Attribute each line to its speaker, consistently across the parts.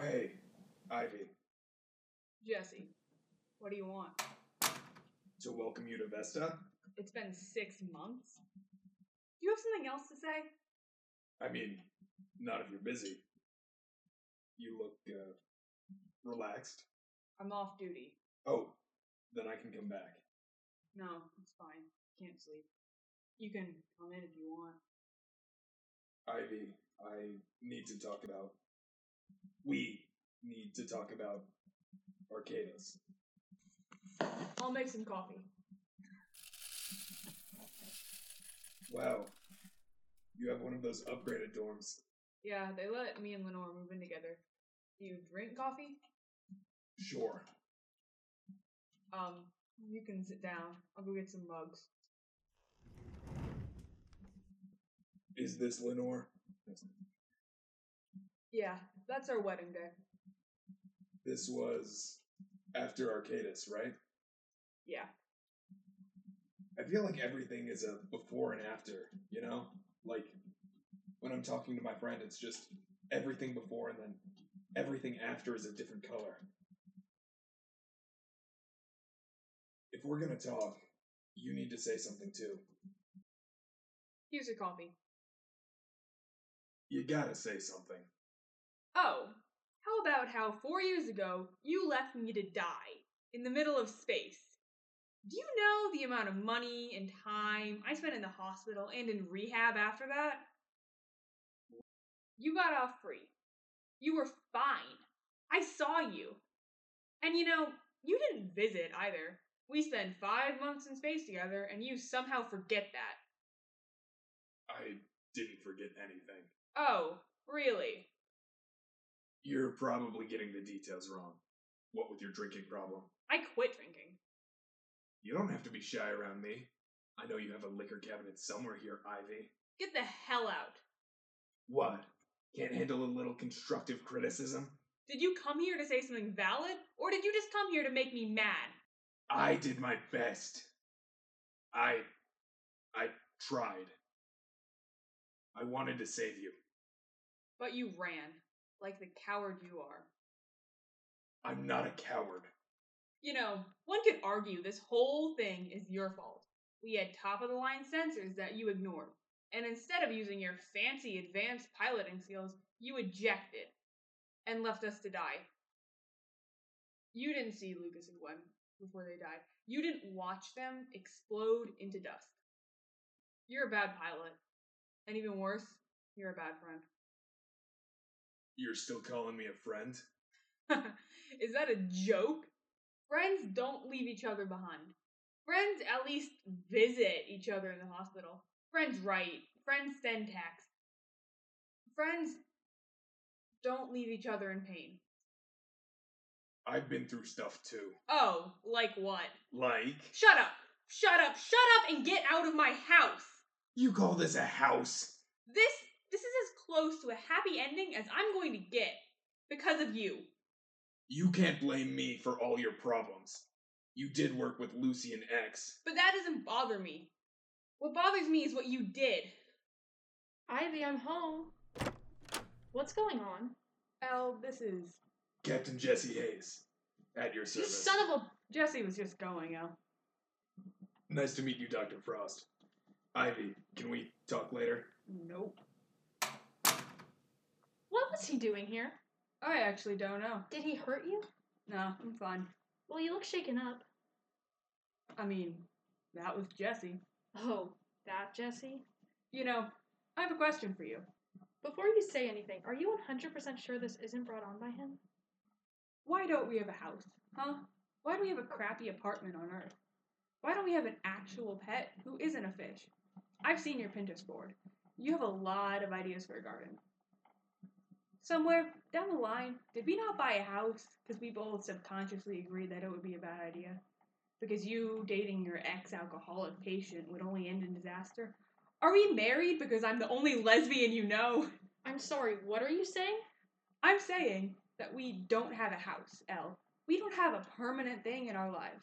Speaker 1: Hey, Ivy,
Speaker 2: Jesse, what do you want?
Speaker 1: to welcome you to Vesta.
Speaker 2: It's been six months. Do you have something else to say?
Speaker 1: I mean, not if you're busy. You look uh, relaxed.
Speaker 2: I'm off duty.
Speaker 1: Oh, then I can come back.
Speaker 2: No, it's fine. Can't sleep. You can come in if you want.
Speaker 1: Ivy, I need to talk about. We need to talk about Arcadas.
Speaker 2: I'll make some coffee.
Speaker 1: Wow, you have one of those upgraded dorms.
Speaker 2: Yeah, they let me and Lenore move in together. Do you drink coffee?
Speaker 1: Sure.
Speaker 2: Um, you can sit down. I'll go get some mugs.
Speaker 1: Is this Lenore?
Speaker 2: Yeah, that's our wedding day.
Speaker 1: This was after Arcadus, right?
Speaker 2: Yeah.
Speaker 1: I feel like everything is a before and after, you know? Like when I'm talking to my friend, it's just everything before and then everything after is a different color. If we're gonna talk, you need to say something too.
Speaker 2: Here's your coffee.
Speaker 1: You gotta say something.
Speaker 2: Oh, how about how four years ago you left me to die in the middle of space? Do you know the amount of money and time I spent in the hospital and in rehab after that? You got off free. You were fine. I saw you. And you know, you didn't visit either. We spent five months in space together, and you somehow forget that.
Speaker 1: I didn't forget anything.
Speaker 2: Oh, really?
Speaker 1: You're probably getting the details wrong. What with your drinking problem?
Speaker 2: I quit drinking.
Speaker 1: You don't have to be shy around me. I know you have a liquor cabinet somewhere here, Ivy.
Speaker 2: Get the hell out.
Speaker 1: What? Can't handle a little constructive criticism?
Speaker 2: Did you come here to say something valid, or did you just come here to make me mad?
Speaker 1: I did my best. I. I tried. I wanted to save you.
Speaker 2: But you ran, like the coward you are.
Speaker 1: I'm not a coward.
Speaker 2: You know, one could argue this whole thing is your fault. We had top of the line sensors that you ignored, and instead of using your fancy advanced piloting skills, you ejected and left us to die. You didn't see Lucas and Gwen before they died, you didn't watch them explode into dust. You're a bad pilot, and even worse, you're a bad friend.
Speaker 1: You're still calling me a friend?
Speaker 2: Is that a joke? Friends don't leave each other behind. Friends at least visit each other in the hospital. Friends write. Friends send texts. Friends don't leave each other in pain.
Speaker 1: I've been through stuff too.
Speaker 2: Oh, like what?
Speaker 1: Like.
Speaker 2: Shut up! Shut up! Shut up and get out of my house!
Speaker 1: You call this a house?
Speaker 2: This this is as close to a happy ending as I'm going to get because of you.
Speaker 1: You can't blame me for all your problems. You did work with Lucy and X.
Speaker 2: But that doesn't bother me. What bothers me is what you did.
Speaker 3: Ivy, I'm home. What's going on?
Speaker 2: Al, this is
Speaker 1: Captain Jesse Hayes, at your
Speaker 3: You
Speaker 1: service.
Speaker 3: son of a.
Speaker 2: Jesse was just going, Al.
Speaker 1: Nice to meet you, Dr. Frost. Ivy, can we talk later?
Speaker 2: Nope.
Speaker 3: What was he doing here?
Speaker 2: I actually don't know.
Speaker 3: Did he hurt you?
Speaker 2: No, I'm fine.
Speaker 3: Well, you look shaken up.
Speaker 2: I mean, that was Jesse.
Speaker 3: Oh, that Jesse?
Speaker 2: You know, I have a question for you.
Speaker 3: Before you say anything, are you 100% sure this isn't brought on by him?
Speaker 2: Why don't we have a house? Huh? Why do we have a crappy apartment on Earth? Why don't we have an actual pet who isn't a fish? I've seen your Pinterest board. You have a lot of ideas for a garden. Somewhere down the line, did we not buy a house because we both subconsciously agreed that it would be a bad idea? Because you dating your ex alcoholic patient would only end in disaster? Are we married because I'm the only lesbian you know?
Speaker 3: I'm sorry, what are you saying?
Speaker 2: I'm saying that we don't have a house, L. We don't have a permanent thing in our lives.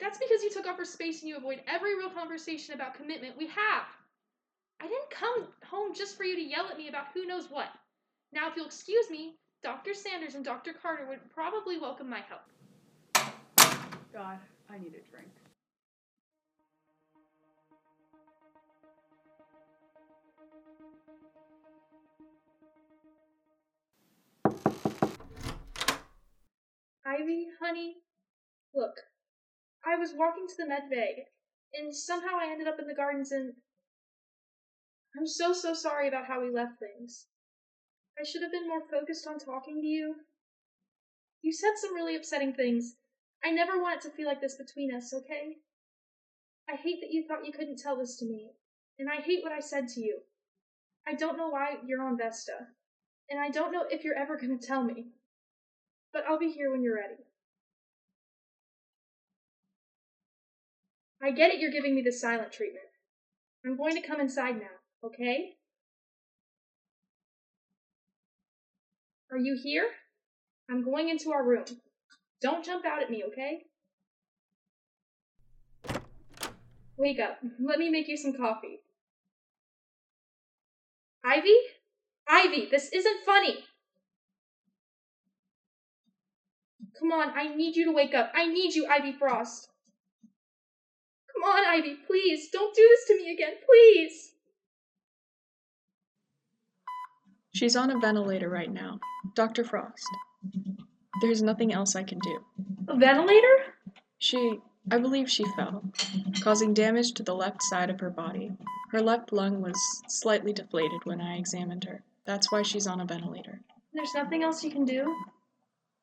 Speaker 3: That's because you took up her space and you avoid every real conversation about commitment we have. I didn't come home just for you to yell at me about who knows what. Now, if you'll excuse me, Dr. Sanders and Dr. Carter would probably welcome my help.
Speaker 2: God, I need a drink.
Speaker 3: Ivy, honey, look. I was walking to the med bay, and somehow I ended up in the gardens, and I'm so, so sorry about how we left things. I should have been more focused on talking to you. You said some really upsetting things. I never want it to feel like this between us, okay? I hate that you thought you couldn't tell this to me, and I hate what I said to you. I don't know why you're on Vesta, and I don't know if you're ever going to tell me, but I'll be here when you're ready. I get it, you're giving me the silent treatment. I'm going to come inside now, okay? Are you here? I'm going into our room. Don't jump out at me, okay? Wake up. Let me make you some coffee. Ivy? Ivy, this isn't funny! Come on, I need you to wake up. I need you, Ivy Frost. Come on, Ivy, please. Don't do this to me again, please.
Speaker 4: She's on a ventilator right now. Dr. Frost. There's nothing else I can do.
Speaker 3: A ventilator?
Speaker 4: She, I believe she fell, causing damage to the left side of her body. Her left lung was slightly deflated when I examined her. That's why she's on a ventilator.
Speaker 3: There's nothing else you can do?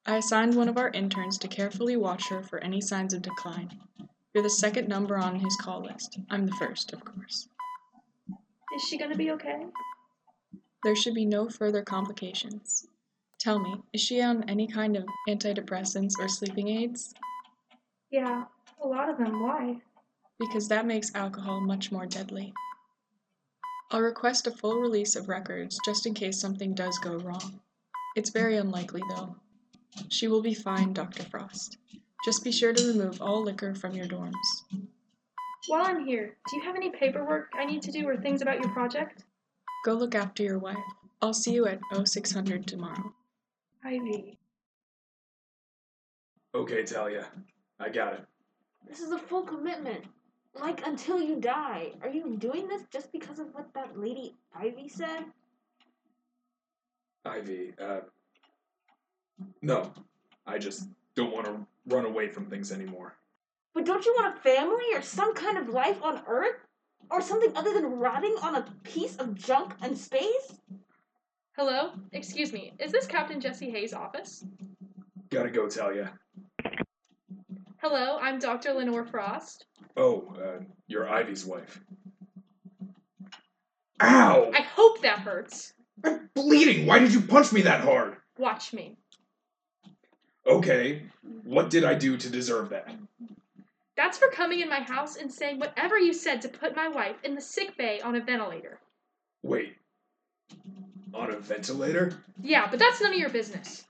Speaker 4: I assigned one of our interns to carefully watch her for any signs of decline. You're the second number on his call list. I'm the first, of course.
Speaker 3: Is she gonna be okay?
Speaker 4: There should be no further complications. Tell me, is she on any kind of antidepressants or sleeping aids?
Speaker 3: Yeah, a lot of them. Why?
Speaker 4: Because that makes alcohol much more deadly. I'll request a full release of records just in case something does go wrong. It's very unlikely, though. She will be fine, Dr. Frost. Just be sure to remove all liquor from your dorms.
Speaker 3: While I'm here, do you have any paperwork I need to do or things about your project?
Speaker 4: Go look after your wife. I'll see you at 0600 tomorrow.
Speaker 3: Ivy,
Speaker 1: Okay, Talia. I got it.
Speaker 5: This is a full commitment. Like until you die. Are you doing this just because of what that lady Ivy said?
Speaker 1: Ivy, uh. No. I just don't want to run away from things anymore.
Speaker 5: But don't you want a family or some kind of life on Earth? Or something other than rotting on a piece of junk in space?
Speaker 3: Hello? Excuse me, is this Captain Jesse Hayes' office?
Speaker 1: Gotta go, Talia.
Speaker 3: Hello, I'm Dr. Lenore Frost.
Speaker 1: Oh, uh, you're Ivy's wife. Ow!
Speaker 3: I hope that hurts.
Speaker 1: I'm bleeding! Why did you punch me that hard?
Speaker 3: Watch me.
Speaker 1: Okay, what did I do to deserve that?
Speaker 3: That's for coming in my house and saying whatever you said to put my wife in the sick bay on a ventilator.
Speaker 1: Wait. On a ventilator?
Speaker 3: Yeah, but that's none of your business.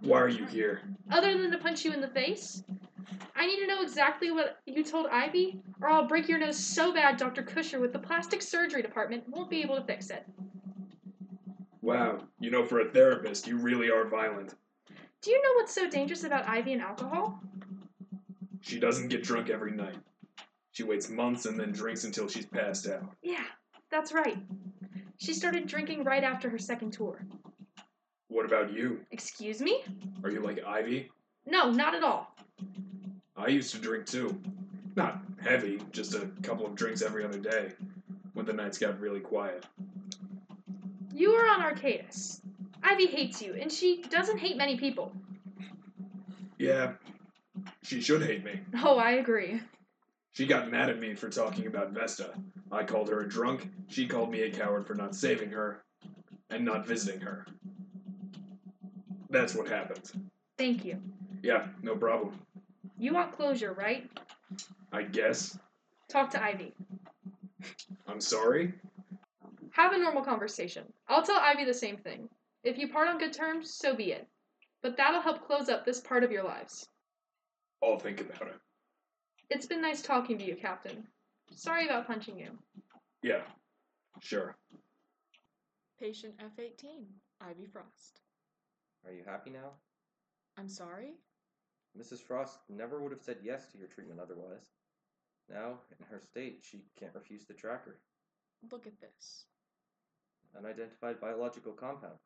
Speaker 1: Why are you here?
Speaker 3: Other than to punch you in the face, I need to know exactly what you told Ivy, or I'll break your nose so bad Dr. Cusher with the plastic surgery department won't be able to fix it.
Speaker 1: Wow, you know, for a therapist, you really are violent.
Speaker 3: Do you know what's so dangerous about Ivy and alcohol?
Speaker 1: She doesn't get drunk every night. She waits months and then drinks until she's passed out.
Speaker 3: Yeah, that's right. She started drinking right after her second tour.
Speaker 1: What about you?
Speaker 3: Excuse me?
Speaker 1: Are you like Ivy?
Speaker 3: No, not at all.
Speaker 1: I used to drink too. Not heavy, just a couple of drinks every other day when the nights got really quiet.
Speaker 3: You are on Arcadis. Ivy hates you, and she doesn't hate many people.
Speaker 1: Yeah, she should hate me.
Speaker 3: Oh, I agree.
Speaker 1: She got mad at me for talking about Vesta. I called her a drunk, she called me a coward for not saving her and not visiting her. That's what happened.
Speaker 3: Thank you.
Speaker 1: Yeah, no problem.
Speaker 3: You want closure, right?
Speaker 1: I guess.
Speaker 3: Talk to Ivy.
Speaker 1: I'm sorry.
Speaker 3: Have a normal conversation. I'll tell Ivy the same thing. If you part on good terms, so be it. But that'll help close up this part of your lives.
Speaker 1: I'll think about it.
Speaker 3: It's been nice talking to you, Captain. Sorry about punching you.
Speaker 1: Yeah, sure.
Speaker 4: Patient F18, Ivy Frost.
Speaker 6: Are you happy now?
Speaker 4: I'm sorry?
Speaker 6: Mrs. Frost never would have said yes to your treatment otherwise. Now, in her state, she can't refuse the tracker.
Speaker 4: Look at this.
Speaker 6: Unidentified biological compound.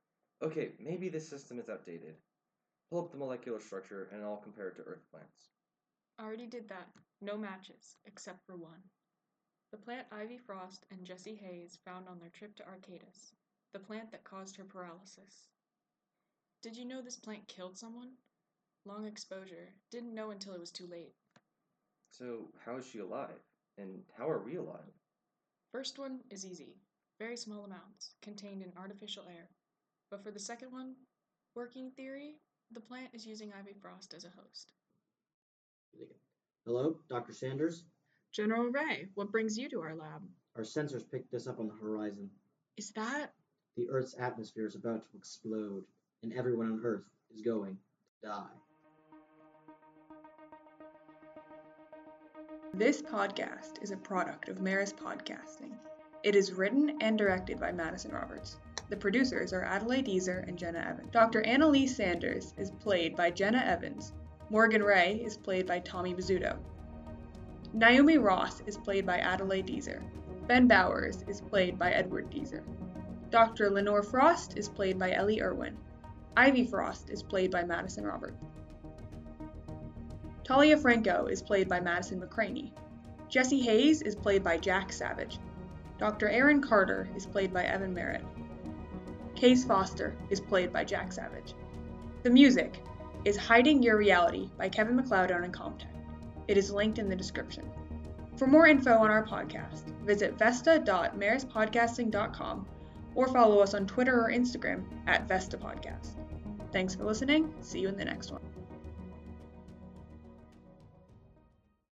Speaker 6: Okay, maybe this system is outdated. Pull up the molecular structure and I'll compare it to Earth plants.
Speaker 4: Already did that. No matches, except for one. The plant Ivy Frost and Jesse Hayes found on their trip to Arcadis, the plant that caused her paralysis. Did you know this plant killed someone? Long exposure. Didn't know until it was too late.
Speaker 6: So, how is she alive? And how are we alive?
Speaker 4: First one is easy. Very small amounts, contained in artificial air. But for the second one, working theory, the plant is using Ivy Frost as a host.
Speaker 7: Hello, Dr. Sanders?
Speaker 4: General Ray, what brings you to our lab?
Speaker 7: Our sensors picked this up on the horizon.
Speaker 4: Is that
Speaker 7: The Earth's atmosphere is about to explode, and everyone on Earth is going to die.
Speaker 8: This podcast is a product of Maris Podcasting. It is written and directed by Madison Roberts. The producers are Adelaide Easer and Jenna Evans. Dr. Annalise Sanders is played by Jenna Evans. Morgan Ray is played by Tommy Bizzuto. Naomi Ross is played by Adelaide Deezer. Ben Bowers is played by Edward Deezer. Dr. Lenore Frost is played by Ellie Irwin. Ivy Frost is played by Madison Roberts. Talia Franco is played by Madison McCraney. Jesse Hayes is played by Jack Savage. Dr. Aaron Carter is played by Evan Merritt. Case Foster is played by Jack Savage. The music is Hiding Your Reality by Kevin McLeod on Compton. It is linked in the description. For more info on our podcast, visit vesta.marispodcasting.com or follow us on Twitter or Instagram at Vesta Podcast. Thanks for listening. See you in the next one.